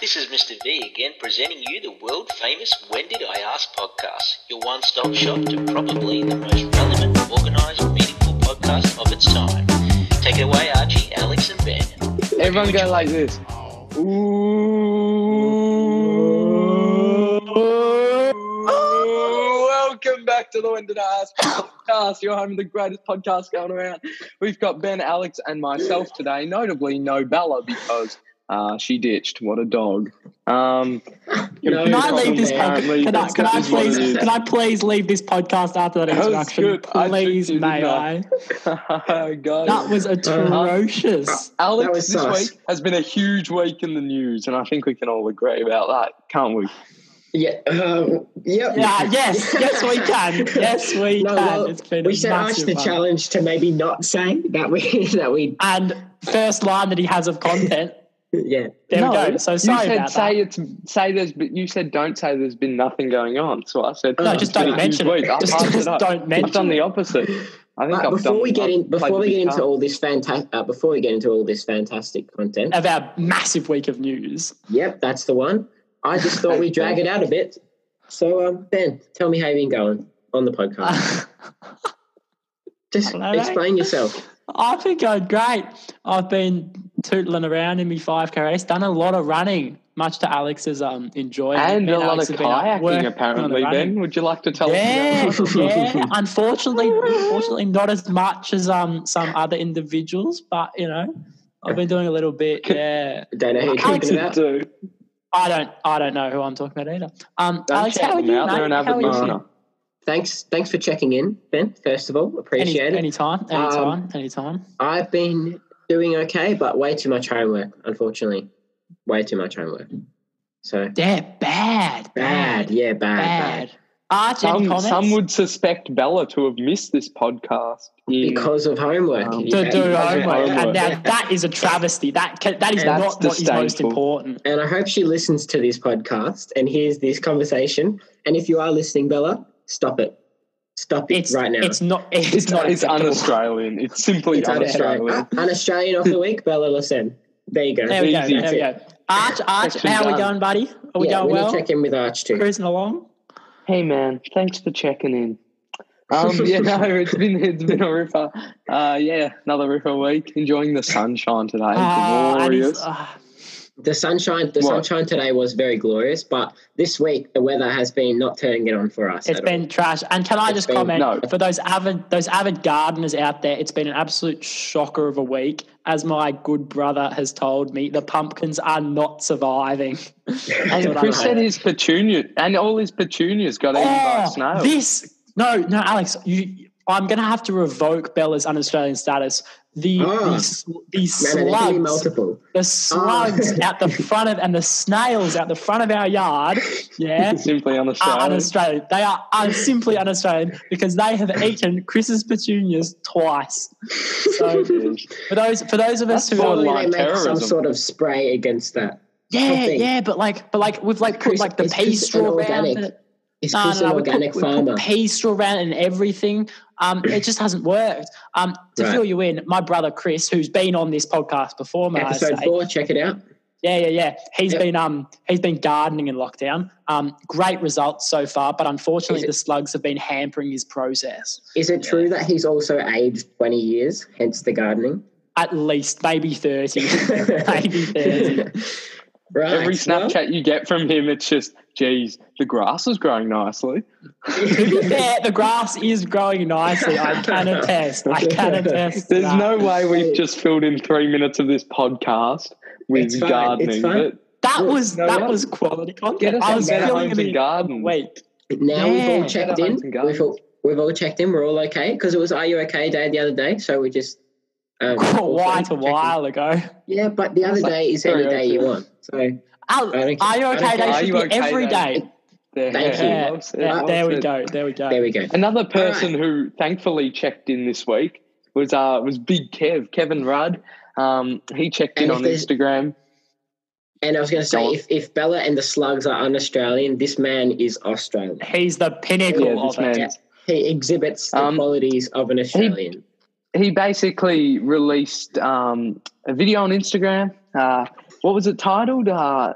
This is Mr. V again, presenting you the world famous When Did I Ask podcast, your one stop shop to probably the most relevant, organised, meaningful podcast of its time. Take it away, Archie, Alex, and Ben. Everyone Hope you go like this. Ooh. Welcome back to the When Did I Ask podcast. You're home, the greatest podcast going around. We've got Ben, Alex, and myself today. Notably, no Bella because uh, she ditched. What a dog. Um, Can I leave this podcast? apparently, Can I, that's can I just what it please? is. Can I please leave this podcast after that That was introduction? good. I Please, took you, may didn't I? Uh-huh. I? Oh, God. That was atrocious. Alex, That was this sus. week has been a huge week in the news, and I think we can all agree about that, can't we? Yeah. Um, yep. yeah. Yes. Yes, we can. Yes, we No, can. well, it's been We a should ask massive the one. challenge to maybe not say that we that we And first line that he has of content. yeah. There No, we go. So sorry you said about say it's say there's but you said don't say there's been nothing going on. So I said that. No, just "It's been don't a mention huge it. week." I Just, passed it just up. don't I've done mention it. the opposite. I think But I've before done- we get in, I've before played we the get into guitar. all this fantastic, uh, before we get into all this fantastic content, of our massive week of news. yep, that's the one. I just thought we'd drag it out a bit. So, um, Ben, tell me how you've been going on the Uh, podcast. Just Hello, mate. explain yourself. I think I'm great. I've been tootling around in my 5k race, done a lot of running, much to Alex's um enjoyment. and Me a lot Alex of have been at kayaking work, doing the apparently. running. Ben, would you like to tell Yeah, us? about that? yeah. Unfortunately, unfortunately, not as much as um some other individuals, but you know, I've been doing a little bit. Yeah, Don't know who you're Alex talking about. do. I don't, I don't know who I'm talking about either. Um, Don't Alex, shout how are them you, out. mate? They're an avid How are you? listener. Thanks, thanks for checking in, Ben. First of all, Any, appreciate it. anytime, anytime, anytime. I've been doing okay, but way too much homework, unfortunately. Way too much homework. So Yeah, bad, bad, yeah, bad, bad. bad. Arch, any Some, comments? some would suspect Bella to have missed this podcast. in- Because of homework. Um, to yeah, do because of homework. And now Yeah. that is a travesty. That can, that is And that's not what is most distasteful. important. And I hope she listens to this podcast and hears this conversation. And if you are listening, Bella, stop it. Stop it It's right now. It's not. It's, it's not. it's acceptable. un-Australian. It's simply It's un-Australian. un-Australian. Uh, Un-Australian off the week, Bella Lassen. There you go. There we go. Easy. There we go. Arch, Arch, Section how are we done. going, buddy? Are we yeah, going we well? need to check in with Arch too. Cruising along. Hey man, thanks for checking in. Um, yeah, no, it's been it's been a ripper. Uh, yeah, another ripper week. Enjoying the sunshine today. Ah, and he's- Glorious. ah. The sunshine the What? sunshine today was very glorious, but this week the weather has been not turning it on for us. It's at all. been trash. And can I It's just been- comment no. for those avid those avid gardeners out there? It's been an absolute shocker of a week. As my good brother has told me, the pumpkins are not surviving. That's and what I Chris heard. said his petunia, and all his petunias got eaten by a Oh, snail. This no, no, Alex, you. I'm gonna have to revoke Bella's un-Australian status. The Ah. the, sl- No, the no, there can be slugs, multiple. the slugs Oh. out the front of, and the snails out the front of our yard. Yeah. It's simply Are un-Australian. un-Australian. They are, are simply un-Australian because they have eaten Chris's petunias twice. Oh, So for those for those of us That's who are borderline Surely like, they make terrorism. some sort of spray against that. yeah, something. yeah, but like, but like, we've like put Chris, like the it's pea just an straw around organic- it. Is No, Chris no, an no, organic we put, We farmer? put pea straw around it and everything. Um, it just hasn't worked. Um, to Right. fill you in, my brother Chris, who's been on this podcast before, may I Episode say, four, check it out. yeah, yeah, yeah, He's Yep. been um he's been gardening in lockdown. Um, great results so far, but unfortunately, Is it- the slugs have been hampering his process. Is it true that he's also aged 20 years, hence the gardening? At least maybe thirty, maybe thirty. right. Every well, Snapchat you get from him, it's just, geez, the grass is growing nicely. yeah, the grass is growing nicely. I can attest. I can attest. to There's that. no way we've just filled in three minutes of this podcast with It's fine, it's gardening. fine. but That Look, was no that way. was quality Get content. us I some was better feeling homes it and in gardens. week. now we've Yeah. all checked Better hunts in. and We've gardens. all, we've all checked in. We're all okay because it was Are You Okay Day the other day. So we just. Um, quite also a checked in. while ago. Yeah, but the other That's like day is any very day you okay. want. So Al, I don't are you care. okay? They Are should you be okay, every Dave? day. There, Thank he you. Yeah, loves it, there, loves there we it. go. There we go. there we go. Another person who thankfully checked in this week was uh was Big Kev, Kevin Rudd. Um, he checked in And if on there's- Instagram. And I was going to Go say on. if, if Bella and the slugs are un Australian, this man is Australian. He's the pinnacle Yeah, of this it. man. He exhibits the Um, qualities of an Australian. He basically released um, a video on Instagram. Uh, what was it titled? Uh,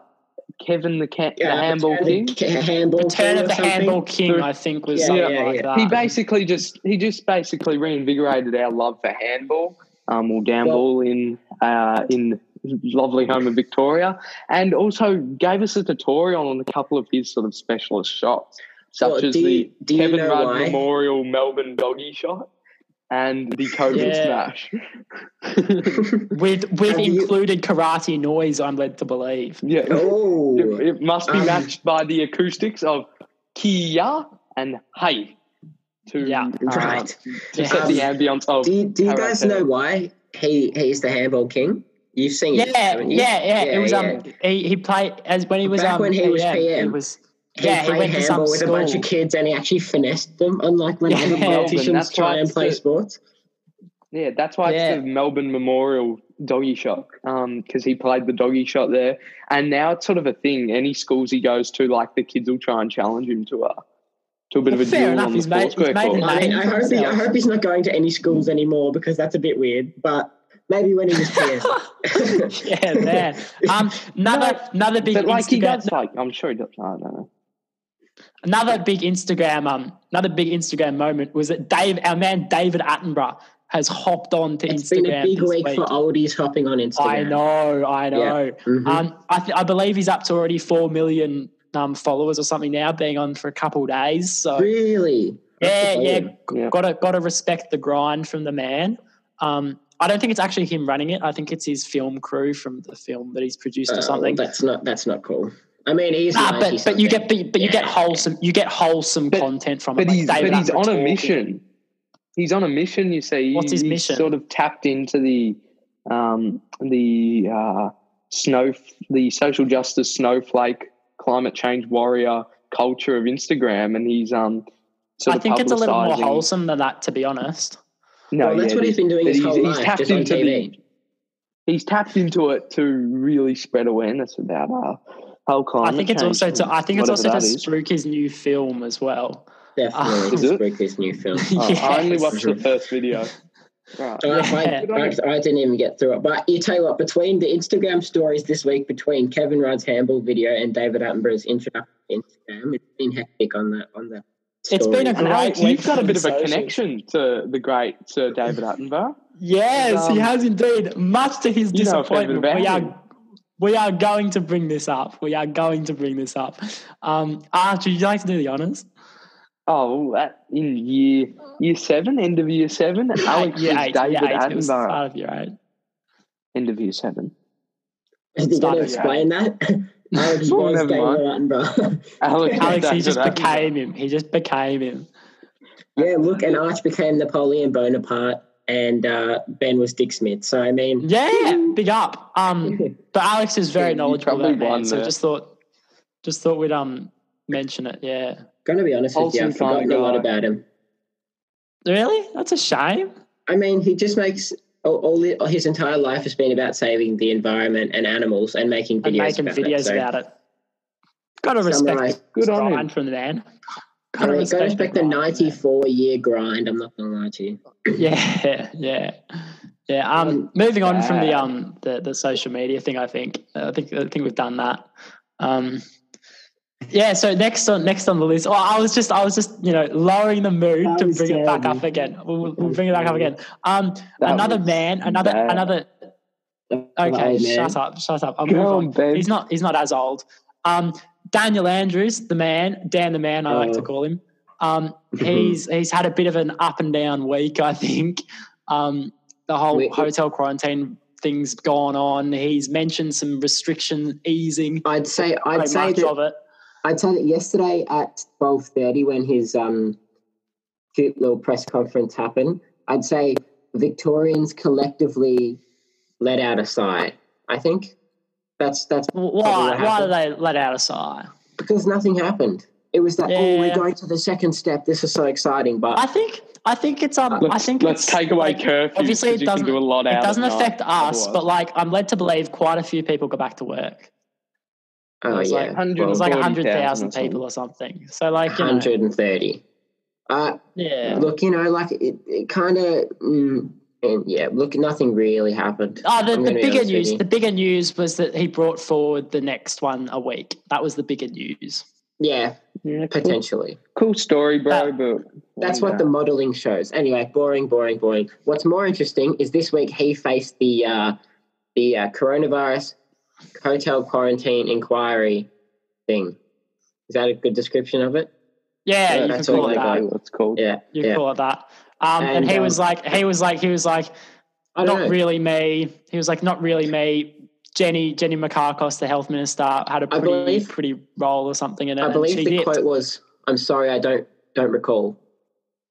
Kevin the, ca- Yeah, the handball Return king. of the K- handball Return king of or the something. Handball King, I think, was Yeah, something yeah, like yeah. that. He basically just he just basically reinvigorated our love for handball um, or gamble in uh, in lovely home of Victoria, and also gave us a tutorial on a couple of his sort of specialist shots, such Well, as do you- the do you Kevin know Rudd why? Memorial Melbourne doggy shot and the Cobra Yeah. smash. with with Have you- included karate noise, I'm led to believe. Yeah, Oh, it, it must be Um, matched by the acoustics of Kia and Hey. To, Yeah. uh, right. To set the ambience of Um, Do you, do you guys Karate. know why he he's the handball king? You've seen Yeah, it, yeah, haven't you? yeah, It was um, yeah. he, he played as when he was Back um, when he was He PM. was He yeah, he played went to some handball with a bunch of school. kids, and he actually finessed them. Unlike when Yeah. other Melbourne, politicians that's try why and it's play the- sports. Yeah, that's why Yeah. it's the Melbourne Memorial doggy shot because he played the doggy shot there. And now it's sort of a thing. Any schools he goes to, like the kids will try and challenge him to a, to a bit Well, of a fair duel enough, on the he's made- sports court he's made court. a I mean, Name I hope he, I himself. hope he's not going to any schools anymore because that's a bit weird. But maybe when he was PM. yeah, man. Um, another another big But like he Instagram, does, like I'm sure he does. I don't know. another big Instagram, um, another big Instagram moment was that Dave, our man David Attenborough, has hopped on to It's Instagram. been a big this week, for oldies hopping on Instagram. I know, I know. Mhm. Mm-hmm. Um, I, th- I believe he's up to already four million um, followers or something now, being on for a couple of days. So really? yeah, That's yeah, amazing. Yeah. got to got to respect the grind from the man. Um, I don't think it's actually him running it. I think it's his film crew from the film that he's produced Uh, Oh, or something. that's not that's not cool. I mean, he's Nah, 90 but but you something. get but, but you get Yeah. wholesome you get wholesome But- content from But it. like he's David but he's Attenborough on a talking. mission. He's on a mission. You see, What's his he's mission? Sort of tapped into the um, the uh, snow the social justice snowflake climate change warrior culture of Instagram, and he's um. Sort I of think it's a little more publicising- wholesome than that, to be honest. No, well, that's yeah, what it is. he's been doing But his he's- whole he's life, tapped just on into the- TV. he's tapped into it to really spread awareness about uh, whole climate. I think it's change uh, also to and I think it's whatever also to that is. spruik his new film as well. Ah. Definitely, Is it? spook this new film. Oh, I only Yes. watched the first video. Right. Uh, I, Yeah. I- I didn't even get through it. But you tell you what, between the Instagram stories this week, between Kevin Rudd's handball video and David Attenborough's introduction to Instagram, it's been hectic on that on that. It's story. been a And great Alex, week you've got a for bit of a socials. connection to the great Sir David Attenborough. Yes, he Um, has indeed. Much to his you know a fair bit disappointment, about we him. are we are going to bring this up. We are going to bring this up. Um, Archie, would you like to do the honors? Oh, that in year year seven, end of year seven, Alex yeah, was David yeah, It was uh, the Attenborough. start of year eight. End of year seven. Is he going Started to out. explain that? Alex Well, was never David mind. Attenborough. Alex, was Alex, he David just Attenborough. became him. He just became him. yeah, look, and Arch became Napoleon Bonaparte, and uh, Ben was Dick Smith. So I mean, Yeah, big up. Um, Mm. but Alex is Yeah, very you knowledgeable probably about man, won so there. just thought just thought we'd um mention it. Yeah, going to be honest with you, Wholesome I've forgotten kinda a lot guy. about him. really, that's a shame. I mean, he just makes all, all hi- all his entire life has been about saving the environment and animals and making videos And making about videos it. So, about it. Got to respect Summarise. the Good on grind him. from the man. I Got to mean, respect, gotta respect the grind from man. ninety-four year grind. I'm not gonna lie to you. Yeah, yeah, yeah. Um, Um, moving on from the bad. um the, the social media thing, I think I think I think we've done that. Um, yeah. So next on next on the list, oh, I was just I was just you know lowering the mood That to was bring it back terrible. up again. We'll, That we'll was bring it back up again. terrible. Um, That another was man, another bad. another. oh, Okay, shut up, shut up. I'll Go move on, on. Ben. He's not he's not as old. Um, Daniel Andrews, the man, Dan the man, I like to Oh. call him. Um, he's he's had a bit of an up and down week, I think. Um, the whole We- hotel quarantine thing's gone on. He's mentioned some restriction easing. I'd say I'd very say much that of it. I'd say that yesterday at twelve thirty, when his um, cute little press conference happened, I'd say Victorians collectively let out a sigh. I think that's that's Why? what Why do happened. they let out a sigh? because nothing happened. It was that oh, we're Yeah. going to the second step. This is so exciting, but I think I think it's um Let's, I think let's it's, take away like, curfew. obviously because it you can doesn't- do a lot out It at doesn't night affect otherwise. us, but like I'm led to believe quite a few people go back to work. oh was yeah, like hundred It was Well, like 40,000 100,000 or something. people or something. So, like, you know, hundred and thirty. Uh, yeah. look, you know, like it, it kind of mm, and yeah, look, nothing really happened. Oh, the, I'm the gonna be bigger honest with news. you. The bigger news was that he brought forward the next one a week. That was the bigger news. Yeah, Yeah, cool, potentially. cool story, bro. But That's what the modeling shows. Anyway, boring, boring, boring. What's more interesting is this week he faced the uh, the uh, coronavirus hotel quarantine inquiry thing. Is that a good description of it? Yeah, Yeah, you can that's call all it I that. got. That's cool. Yeah, You yeah. call it that. Um, and, And, he um, was like, he was like, he was like, I don't not know. really me. He was like, not really me. Jenny Jenny Makarkos, the health minister, had a I pretty believe- pretty role or something in it. I and believe she the dipped. quote was, "I'm sorry, I don't don't recall."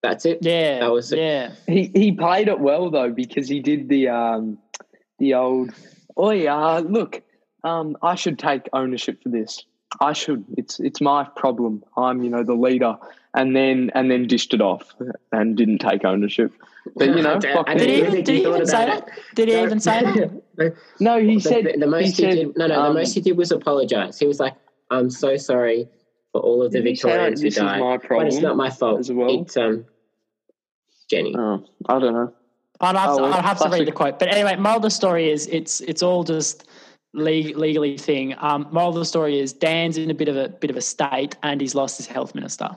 That's it. Yeah, that was- yeah. He he played it well though because he did the um the old oh yeah look um I should take ownership for this I should it's it's my problem I'm you know the leader and then and then dished it off and didn't take ownership but you know I, don't- I fucking- don't Did he even even- think did he he thought even say about it. Did he No. even say that? No. no he the, said the, the most he he, said did no no the um, most he did was apologize he was like i'm so sorry for all of the did he say, like, victorians who this is died my but it's problem not my fault as well? it's um jenny oh, I don't know I'd have, Oh, to, well, I'd have to classic. read the quote. But anyway, moral of the story is it's it's all just le- legally thing. Um, moral of the story is Dan's in a bit of a bit of a state and he's lost his health minister.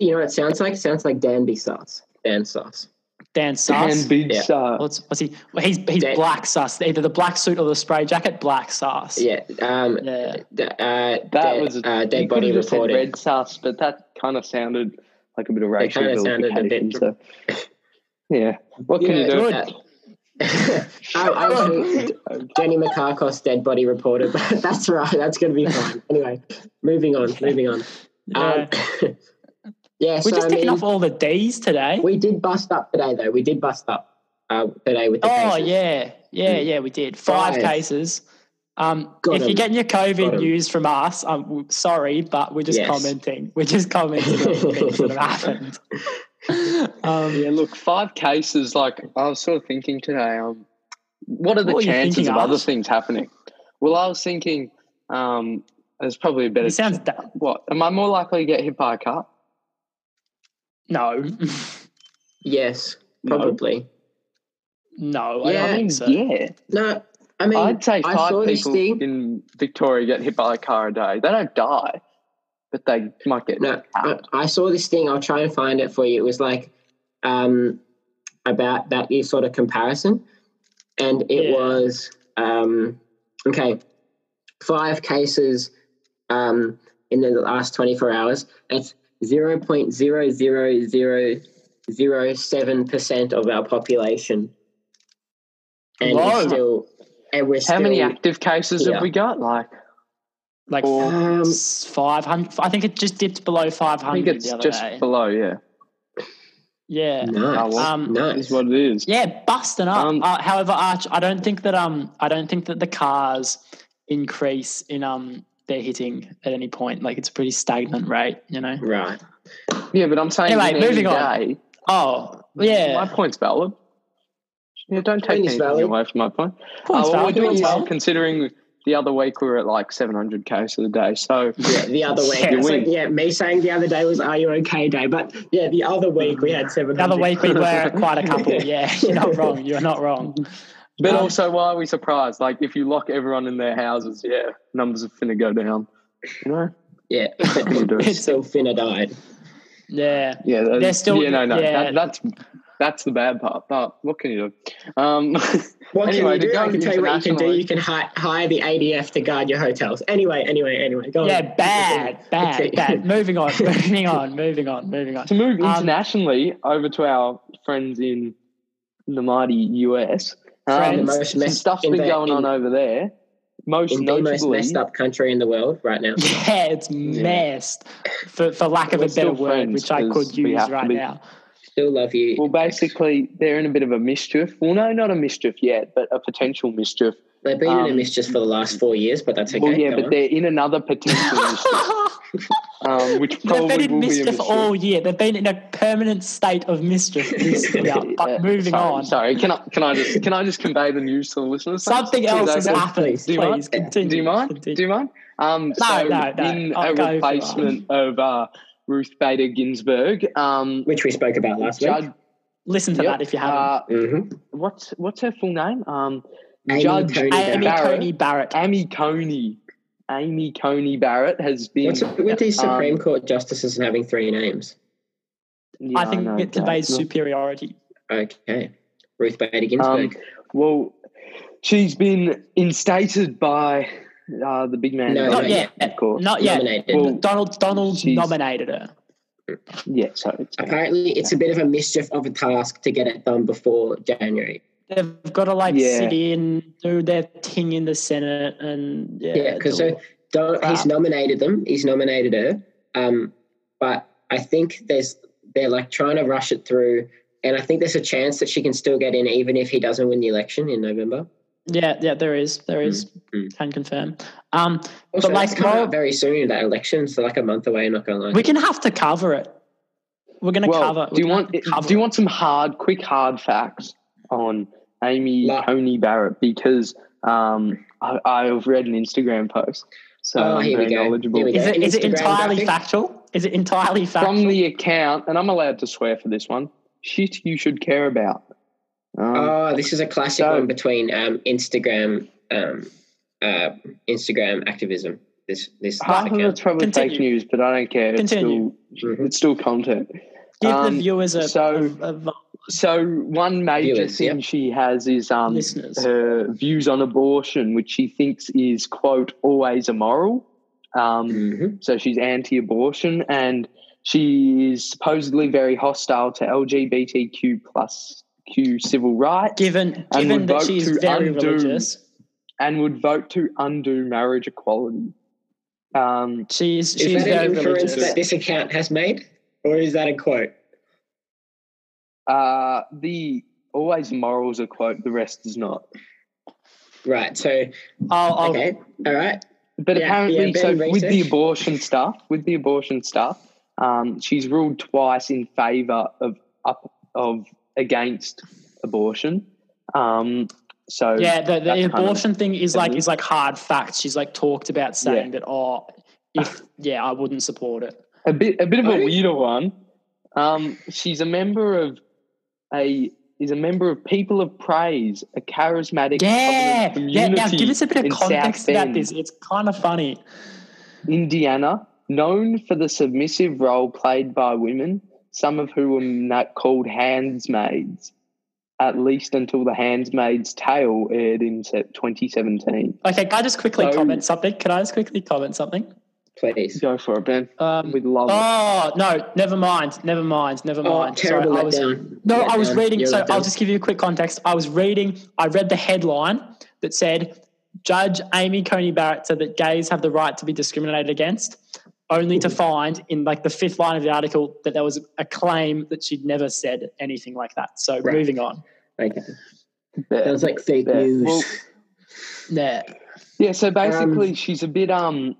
you know what it sounds like it sounds like danby sauce dan sauce Dan Suss. Dan uh, Big Yeah. Sar. what's what's he? Well, he's he's Dan- black Suss. Either the black suit or the spray jacket. Black Suss. yeah um Yeah. d- uh, That dead, was a, uh, you dead could body have just said reporting Red sus, but that kind of sounded like a bit of racial kinda sounded a bit- vilification. So, yeah, what can you do? Yeah, good. I, I Oh. was Jenny McCarcos dead body reported, but that's right. That's going to be fine. Anyway, moving on, moving on. Yeah. Um, yeah, We're so just I picking mean, off all the D's today. We did bust up today, though. We did bust up uh, today with the Oh cases. Mm. yeah, yeah, yeah. We did five, Five. cases. Um, Got if you're 'em. getting your Got COVID 'em. news from us, I'm w- sorry, but we're just Yes. commenting. We're just commenting on the things that have happened. Um, Yeah, look, five cases. Like I was sort of thinking today, um, what are the What were you chances thinking, of other Arch? things happening? Well, I was thinking, um, there's probably a better. it sounds da- what am I more likely to get hit by a car? no, Yes, No. probably. no. I Yeah. don't think so. yeah, No, I mean, I'd say I saw five this people thing. in Victoria get hit by a car a day. They don't die, but they might get. No, I, out. I saw this thing. I'll try and find it for you. It was like um, about that year sort of comparison, and it Yeah. was um, okay. Five cases um, in the last twenty four hours. That's zero point zero zero zero zero seven percent of our population, and Low. we're still and we're How still many active cases Yeah. have we got? Like, Like Or- um, five hundred. I think it just dipped below five I think hundred it's the other just day. below. Yeah, yeah. nice, well, Um, nice. is what it is. Yeah, busting up. Um, uh, however, Arch, I don't think that um, I don't think that the cars increase in um their hitting at any point. Like it's a pretty stagnant rate, you know. Right. Yeah, but I'm saying Anyway, in any moving on. day- Oh, my yeah. point's valid. Yeah, don't take Point is anything valid. away from my point. Points uh, valid, what we're doing points is valid. considering the other week we were at like 700 cases a day. So Yeah, the other week. Yeah. It's You win. like, yeah, me saying the other day was "Are you okay?" day, but yeah, the other week we Mm. had seven. The other week we were at quite a couple. Yeah, you're not wrong. You're not wrong. But Um, also, why are we surprised? Like, if you lock everyone in their houses, yeah, numbers are finna go down. You know? Yeah, What can you do? It's- still Finna died. Yeah. yeah, that- they're still- Yeah, no, no. yeah. That, that's that's the bad part. But what can you do? Um, What Anyway, can to you do? go I can tell you what you can do. internationally- You can hi- hire the ADF to guard your hotels. Anyway, anyway, anyway. Go Yeah, on. bad, bad, Okay. bad. Moving on, moving on, moving on, moving on. to move Um, internationally over to our friends in the mighty US, The um, Friends. most some messed, stuff's in been the- going on in- over there. Most in the most notably, messed up country in the world right now. Yeah, it's messed for, for lack of We're a better still word, friends which I 'cause could we have use to right be. now. Still love you. well, basically, they're in a bit of a mischief. Well, no, not a mischief yet, but a potential mischief. They've been in a um, mischief for the last four years, but that's okay. well, yeah, go but on. they're in another potential mischief, um, which They've probably been in will be a mischief mischief. all year. They've been in a permanent state of mischief this year. But Uh, moving sorry, on, Sorry, can I can I just can I just convey the news to the listeners? something else has happened. happened. Please, Please, do you mind? continue. Do you mind? continue. Do you mind? Um, No, so no, no. in I'll a go for replacement of uh, Ruth Bader Ginsburg, um, Which we spoke about last week. Judge, Listen to Yep. that if you haven't. Uh, Mm-hmm. what's what's her full name? Um, Amy Judge Coney Amy Barrett. Coney Barrett. Amy Coney. Amy Coney Barrett has been. What's up with these Supreme um, Court justices and having three names? yeah, I think know, it conveys Dad. superiority. Okay. Ruth Bader Um, Ginsburg. well, she's been instated by uh, the big man. no, Not not Donald, yet. yet. Of course. Not yet. Nominated. Well- Donald Donald She's- nominated her. Yeah, so it's Apparently, it's a bit of a mischief of a task to get it done before January. They've got to like Yeah. sit in, do their thing in the Senate, and yeah. Yeah, because do- so Don, he's crap. nominated them. He's nominated her. Um, but I think there's they're like trying to rush it through, and I think there's a chance that she can still get in even if he doesn't win the election in November. yeah, yeah, there is, there is, mm. can confirm. Um, Also, like, that's coming well- up very soon. That election, so like a month away. I'm not gonna lie. we're gonna have to cover it. We're gonna well, cover. Do you we're gonna want have to cover do you want some hard, quick, hard facts on Amy Like- Coney Barrett? Because um, I, I've read an Instagram post, so Oh, I'm here we very go. knowledgeable. Here we it. Is Yeah, it an is it Instagram entirely graphic? factual? Is it entirely factual? From the account, and I'm allowed to swear for this one. Shit, you should care about. Um, oh, this is a classic so- one between um, Instagram, um, uh, Instagram activism. This this, this half of account. it's probably fake Continue. news, but I don't care. It's Continue. still Mm-hmm. it's still content. Give um, the viewers a, so- a- a- So one major Viewers, thing yeah. she has is um, listeners. her views on abortion, which she thinks is quote always immoral. Um, hmm So she's anti-abortion, and she is supposedly very hostile to LGBTQ plus Q civil rights, given and given would that vote she's to very undo- religious, and would vote to undo marriage equality. Um, she's Is she's that an very inference religious. that this account has made, or is that a quote? uh, the always morals are quote, the rest is not. Right. So I'll, I'll, okay. All right. But Yeah, apparently, yeah, so Ben with the research. abortion stuff, with the abortion stuff, um, she's ruled twice in favour of up of against abortion. Um, so Yeah, the, that's the kind of- abortion thing is like Mhm. is like hard facts. She's like talked about saying that oh, if yeah, I wouldn't support it. a bit a bit of a I- weirder one. Um, she's a member of a is a member of People of Praise, a charismatic Yeah, covenant yeah. Now give community us a bit of in South context about Bend. this. It's kind of funny. Indiana, known for the submissive role played by women, some of who were na- called handsmaids, at least until The Handmaid's Tale aired in se- 2017. Okay, can I just quickly So- comment something? Can I just quickly comment something? Please. Go for it, Ben. Um, We love it. oh no, never mind, never mind, never Oh, mind. terrible Sorry, I was letdown. No, I was Letdown. reading. You're so letdown. I'll just give you a quick context. I was reading. I read the headline that said, "Judge Amy Coney Barrett said that gays have the right to be discriminated against," only Mm-hmm. to find in like the fifth line of the article that there was a claim that she'd never said anything like that. So Right. moving on. Okay. There, Sounds like fake there. news. Well, Yeah. yeah, so basically, she's a bit um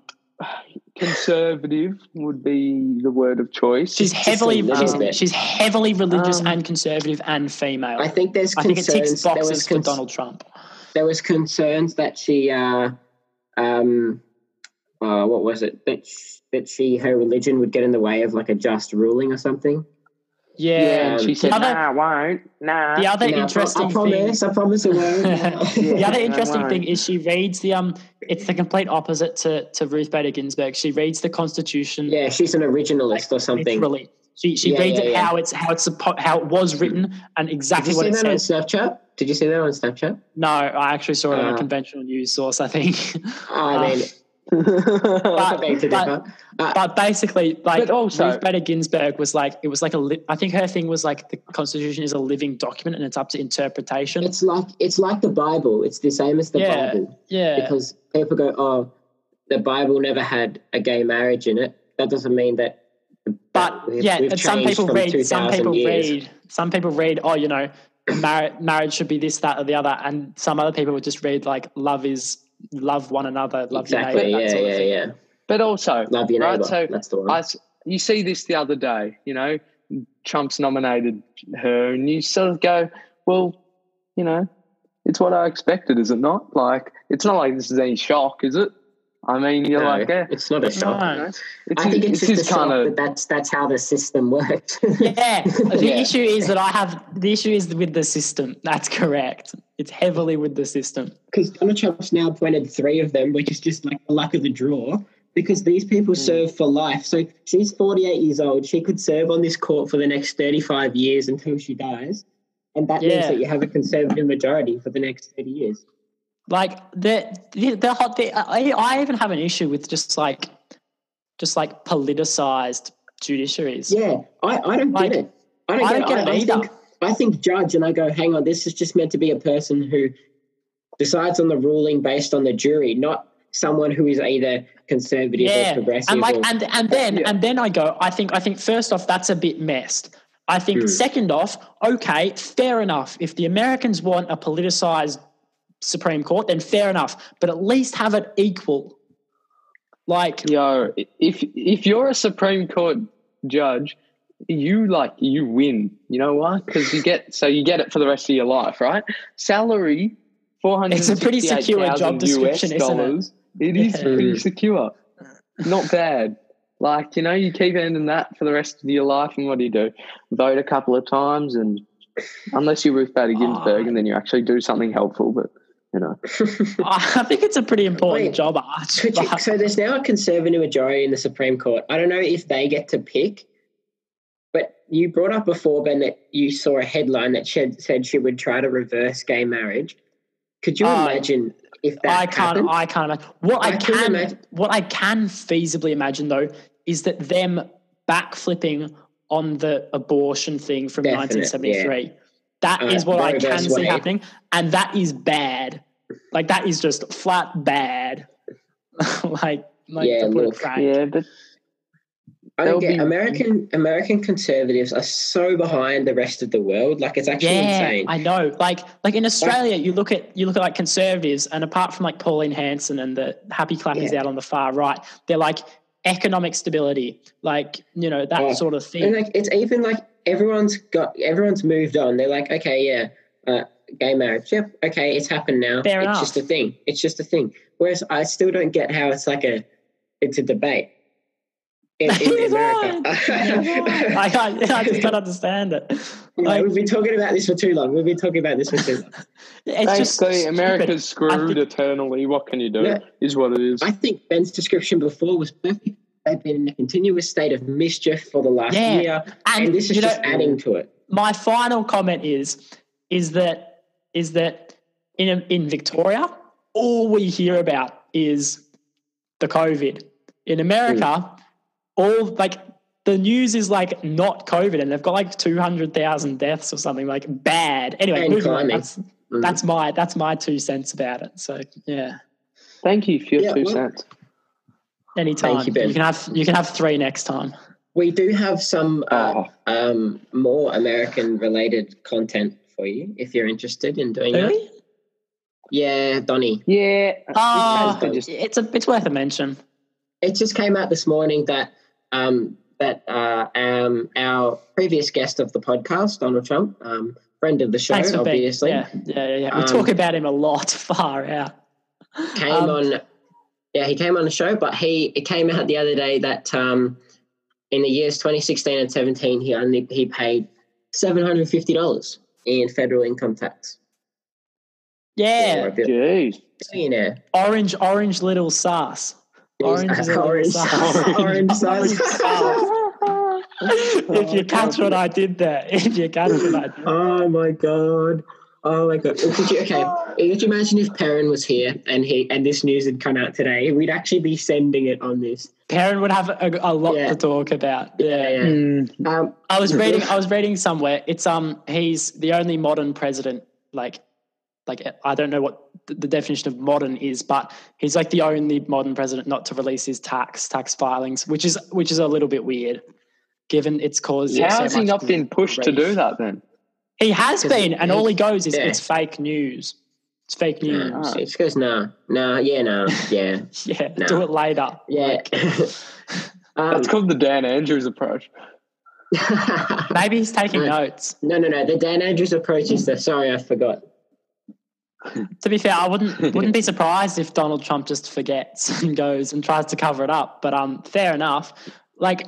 conservative, would be the word of choice. She's Just a heavily little she's, bit. she's heavily religious Um, and conservative and female. I think there's I think it concerns. ticks there boxes was for cons- Donald Trump. There was concerns that she, uh, um, uh, what was it? That sh- that she her religion would get in the way of like a just ruling or something. Yeah. yeah, and she um, said, the other- nah, I won't. Nah. The other No, I pro- interesting I thing. promise. I promise. I the won't. Yeah, other interesting right. thing is she reads the um it's the complete opposite to, to Ruth Bader Ginsburg. She reads the Constitution yeah, she's an originalist or something. literally. She she Yeah, reads yeah, it yeah. how it's how it's suppo- how it was written and Did you exactly what see it that on says. Snapchat? Did you see that on Snapchat? No, I actually saw it on a Ah. conventional news source, I think. I Uh, mean, I beg to but- differ. Uh, but basically, like But also- Ruth Bader Ginsburg was like it was like a li- I think her thing was like the Constitution is a living document and it's up to interpretation. It's like it's like the Bible. It's the same as the Yeah, Bible yeah, because people go, "Oh, the Bible never had a gay marriage in it." That doesn't mean that. but that we've- yeah, we've and some changed people from read, some 2,000 people years. read, some people read. Oh, you know, marriage marriage should be this, that, or the other, and some other people would just read like love is love one another, love exactly. your neighbor, that yeah, sort of yeah, thing. yeah. But also, Love your Right, neighbor. so That's the one. I s you see this the other day, you know, Trump's nominated her, and you sort of go, well, you know, it's what I expected, is it not? Like, it's not like this is any shock, is it? I mean, you're No, like, yeah, it's not a shock. No. you know, it's I think his- it's it's, just his a shock kind of that that's that's how the system works. Yeah. The Yeah. issue is that I have the issue is with the system. That's correct. It's heavily with the system. because Donachev's now appointed three of them, which is just like the luck of the draw. Because these people Hmm. serve for life. So she's 48 years old. She could serve on this court for the next 35 years until she dies. And that means Yeah. that you have a conservative majority for the next 30 years. Like the the, the hot. The, I, I even have an issue with just like just like politicized judiciaries. Yeah, I, I don't Like, get it. I don't, I don't get it I either. think, I think judge, and I go, hang on, this is just meant to be a person who decides on the ruling based on the jury, not someone who is either conservative or yeah, progressive. and like or- and and then Yeah. and then I go. I think I think first off, that's a bit messed. I think Hmm. second off, okay, fair enough. If the Americans want a politicized Supreme Court, then fair enough. But at least have it equal. Like Yo, if if you're a Supreme Court judge, you like you win. You know why? Because you get so you get it for the rest of your life, right? Salary four hundred. It's a pretty secure job description, US isn't it? dollars. it is Yeah. pretty secure. Not bad. Like you know, you keep earning that for the rest of your life, and what do you do? Vote a couple of times, and unless you're Ruth Bader Oh. Ginsburg, and then you actually do something helpful. But you know, I think it's a pretty important Wait, job, Arch. Could you, but- so there's now a conservative majority in the Supreme Court. I don't know if they get to pick, but you brought up before, Ben, that you saw a headline that she had- said she would try to reverse gay marriage. Could you Oh, imagine if that I can't. happened? I can't imagine. What I, I can can, imagine- what I can feasibly imagine though, is that them backflipping on the abortion thing from Definite, 1973. That is Uh, what I Roe can versus see Wade. happening, and that is bad. Like that is just flat bad. like, like Yeah, to put look, it frank. yeah, but I don't They'll get be- American American conservatives are so behind the rest of the world. Like it's actually Yeah, insane. I know. Like like in Australia, you look at you look at like conservatives, and apart from like Pauline Hanson and the happy clappers Yeah. out on the far right, they're like economic stability, like you know that Oh, sort of And thing. like it's even like everyone's got everyone's moved on. They're like, okay, yeah, uh, gay marriage. Yep, okay, it's happened now. Fair it's enough. just a thing. It's just a thing. Whereas I still don't get how it's like a it's a debate in, in You're America. I can't. I just don't understand it. You know, Like, we've been talking about this for too long. We've been talking about this for too long. it's just basically stupid. America's screwed think- eternally. What can you do? Yeah. Is what it is. I think Ben's description before was perfect. They've been in a continuous state of mischief for the last Yeah. year, And, and this is you know, just adding to it. my final comment is is that is that in in Victoria all we hear about is the covid in America Mm. all like the news is like not covid and they've got like 200,000 deaths or something like bad anyway And moving on climbing. that's Mm. that's my that's my two cents about it so yeah Thank you for your Yeah, two well- cents. anytime you, Ben. can have you can have 3 next time We do have some uh, Oh. um, more American related content for you if you're interested in doing that. really Yeah, Donnie. Yeah. oh, to just- it's a it's worth a mention It just came out this morning that um, that uh, um, our previous guest of the podcast, Donald Trump, um, friend of the show, Thanks for obviously, being. Yeah, yeah, yeah. yeah. We Um, talk about him a lot, far out. came Um, on. Yeah, he came on the show, but he it came out the other day that um, in the years 2016 and 17, he only he paid seven hundred fifty dollars in federal income tax. Yeah, Jeez. Millionaire. orange, orange little sass. Orange is a little Orange. sus. Orange Orange sus. sus. if you catch what I did there, if you catch what I did. Oh my god. Oh my god. Could you, okay. Could you imagine if Perrin was here and he and this news had come out today? We'd actually be sending it on this. Perrin would have a, a lot Yeah. to talk about. Yeah. Yeah. yeah. Mm, Um, I was reading. I was reading somewhere. It's um. He's the only modern president. Like, like I don't know what th- the definition of modern is, but he's like the only modern president not to release his tax tax filings, which is which is a little bit weird, given it's caused. How so has he much not been pushed to grief. do that then? He has Because been, and all he goes is yeah. it's fake news. It's fake news. nah. It just goes nah, nah, yeah, nah, yeah, Yeah, Nah. do it later. yeah. um, That's called the Dan Andrews approach. Maybe he's taking Right. notes. no, no, no. The Dan Andrews approach is the sorry, I forgot. To be fair, I wouldn't wouldn't be surprised if Donald Trump just forgets and goes and tries to cover it up. But um, fair enough. Like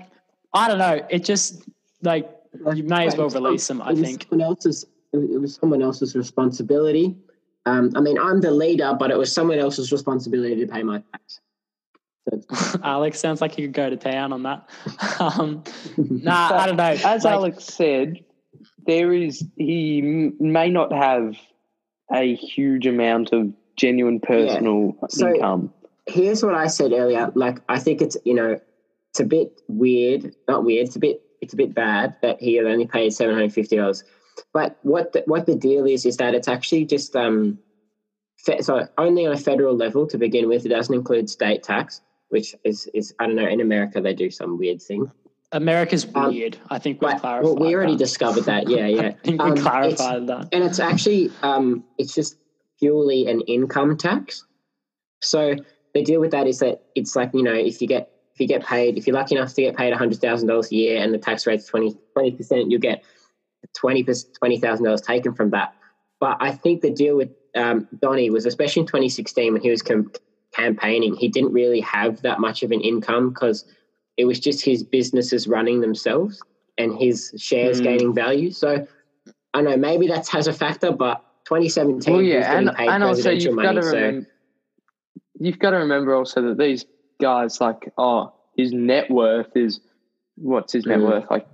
I don't know. It just like you may as well release them. I it was think. someone else's. It was someone else's responsibility. Um, I mean, I'm the leader, but it was someone else's responsibility to pay my tax. So Alex sounds like you could go to town on that. um, nah, I don't know. As Like, Alex said, there is he m- may not have a huge amount of genuine personal So- income. here's what I said earlier. Like, I think it's you know, it's a bit weird. Not weird. It's a bit. It's a bit bad that he only paid seven hundred fifty dollars. But what the, what the deal is is that it's actually just um, fe- so only on a federal level to begin with. It doesn't include state tax, which is is I don't know. In America, they do some weird thing. America's Um, weird. I think we've But clarified. well, we already that. discovered that. Yeah, yeah. I think Um, we it's- clarified that. and it's actually um, it's just purely an income tax. So the deal with that is that it's like you know if you get if you get paid if you're lucky enough to get paid hundred thousand dollars a year and the tax rate's 20 percent, you'll get twenty twenty thousand dollars taken from that. But I think the deal with um, Donnie was especially in 2016 when he was com- campaigning, he didn't really have that much of an income because it was just his businesses running themselves and his shares Mm. gaining value. So I know maybe that has a factor, but 2017 Well, he was yeah, getting and, paid and also presidential you've got money. to So remember, you've got to remember also that these guys like oh his net worth is what's his net Mm. worth like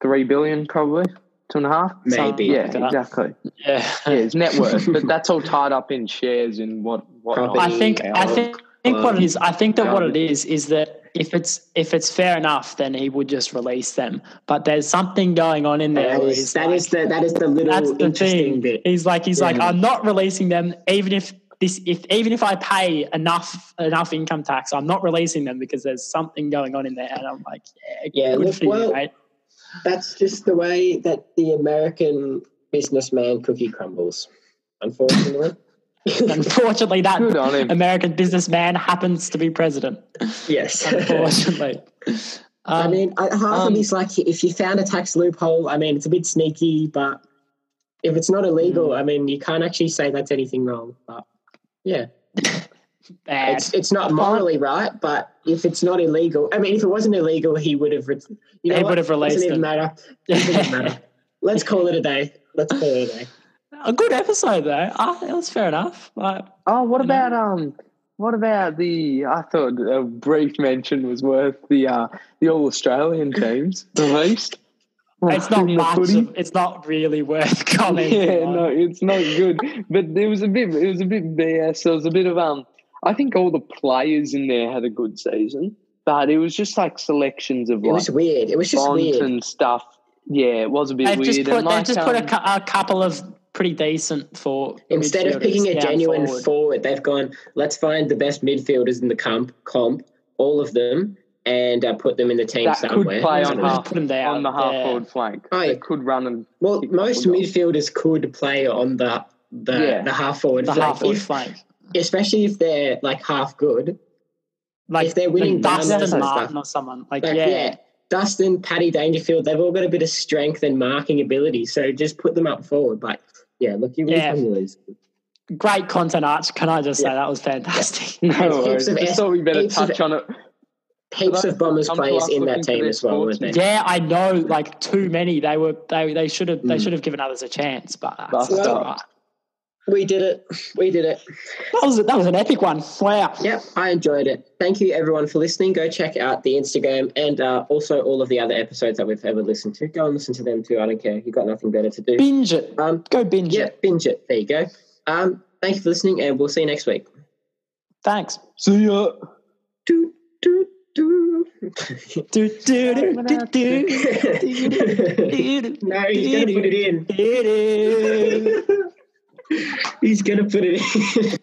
three billion probably two and a half. maybe Yeah, like that. exactly. Yeah. Yeah, his net worth, but that's all tied up in shares and what what. Property. not. I think I Yeah. think, think what it is. I think that what um, Yeah. it is is that if it's if it's fair enough, then he would just release them. But there's something going on in there. that where is he's that like- is the that is the little that's the interesting thing. bit. He's like he's like Yeah. I'm not releasing them even if this if even if I pay enough enough income tax, I'm not releasing them because there's something going on in there. And I'm like, yeah, Yeah, good look, for you, well- mate. That's just the way that the American businessman cookie crumbles, unfortunately. Unfortunately, that Good on him. American businessman happens to be president. yes. Unfortunately. I Um, mean, I- half um, of it is like if you found a tax loophole, I mean, it's a bit sneaky, but if it's not illegal, Mm. I mean, you can't actually say that's anything wrong. But yeah, bad. it's it's not morally right, but if it's not illegal, I mean, if it wasn't illegal, he would have, ret- you know, He what? would have released doesn't even them. matter. Doesn't even a matter. Let's call it a day. Let's call it a day. good episode though. I think it was fair enough. Like, Oh, what You know? about um? What about the? I thought a brief mention was worth the uh the all Australian teams released. Oh, it's not In the much. footy. Of, it's not really worth commenting. Yeah, on. no, it's not good. But it was a bit. It was a bit BS. There was a bit of um. I think all the players in there had a good season, but it was just like selections of It like was weird. It was just fonts weird. and stuff. Yeah, it was a bit They've weird. just put and like, they've just put a, um, cou- a couple of pretty decent for Instead of midfielders picking a down genuine forward. forward. they've gone, let's find the best midfielders in the comp, comp all of them, and uh, put them in the team that could somewhere. play I on don't know. half Put 'em down, on the half yeah. forward flank. Oh, yeah. They could run and Well, Kick most off. midfielders could play on the the, Yeah. the half forward the flank, half forward if- flank. especially if they're like half good. Like if they're winning like down Dustin and Martin stuff. or someone. Like, Like, yeah. yeah. Dustin, Paddy Dangerfield, they've all got a bit of strength and marking ability, so just put them up forward. But yeah, look, you win Yeah. some, you lose. great content arch. Can I just say Yeah. that was fantastic? There's No worries. heaps of Just S- thought we better heaps of- touch on it. Heaps But of Bombers come to players us in looking that for team their as well, weren't sportsmen. they? Yeah, I know. Like too many. They were they they should have they Mm. should have given others a chance, but that's Bust that's up. all right. We did it. We did it. That was that was an epic one. Wow. Yep, I enjoyed it. Thank you everyone for listening. Go check out the Instagram and uh, also all of the other episodes that we've ever listened to. Go and listen to them too. I don't care. You've got nothing better to do. Binge it. Um, Go binge yeah, it. binge it. There you go. Um, thank you for listening, and we'll see you next week. Thanks. See ya. Toot, toot, toot. Do do do do do. no, he's gonna put it in. he's gonna put it in.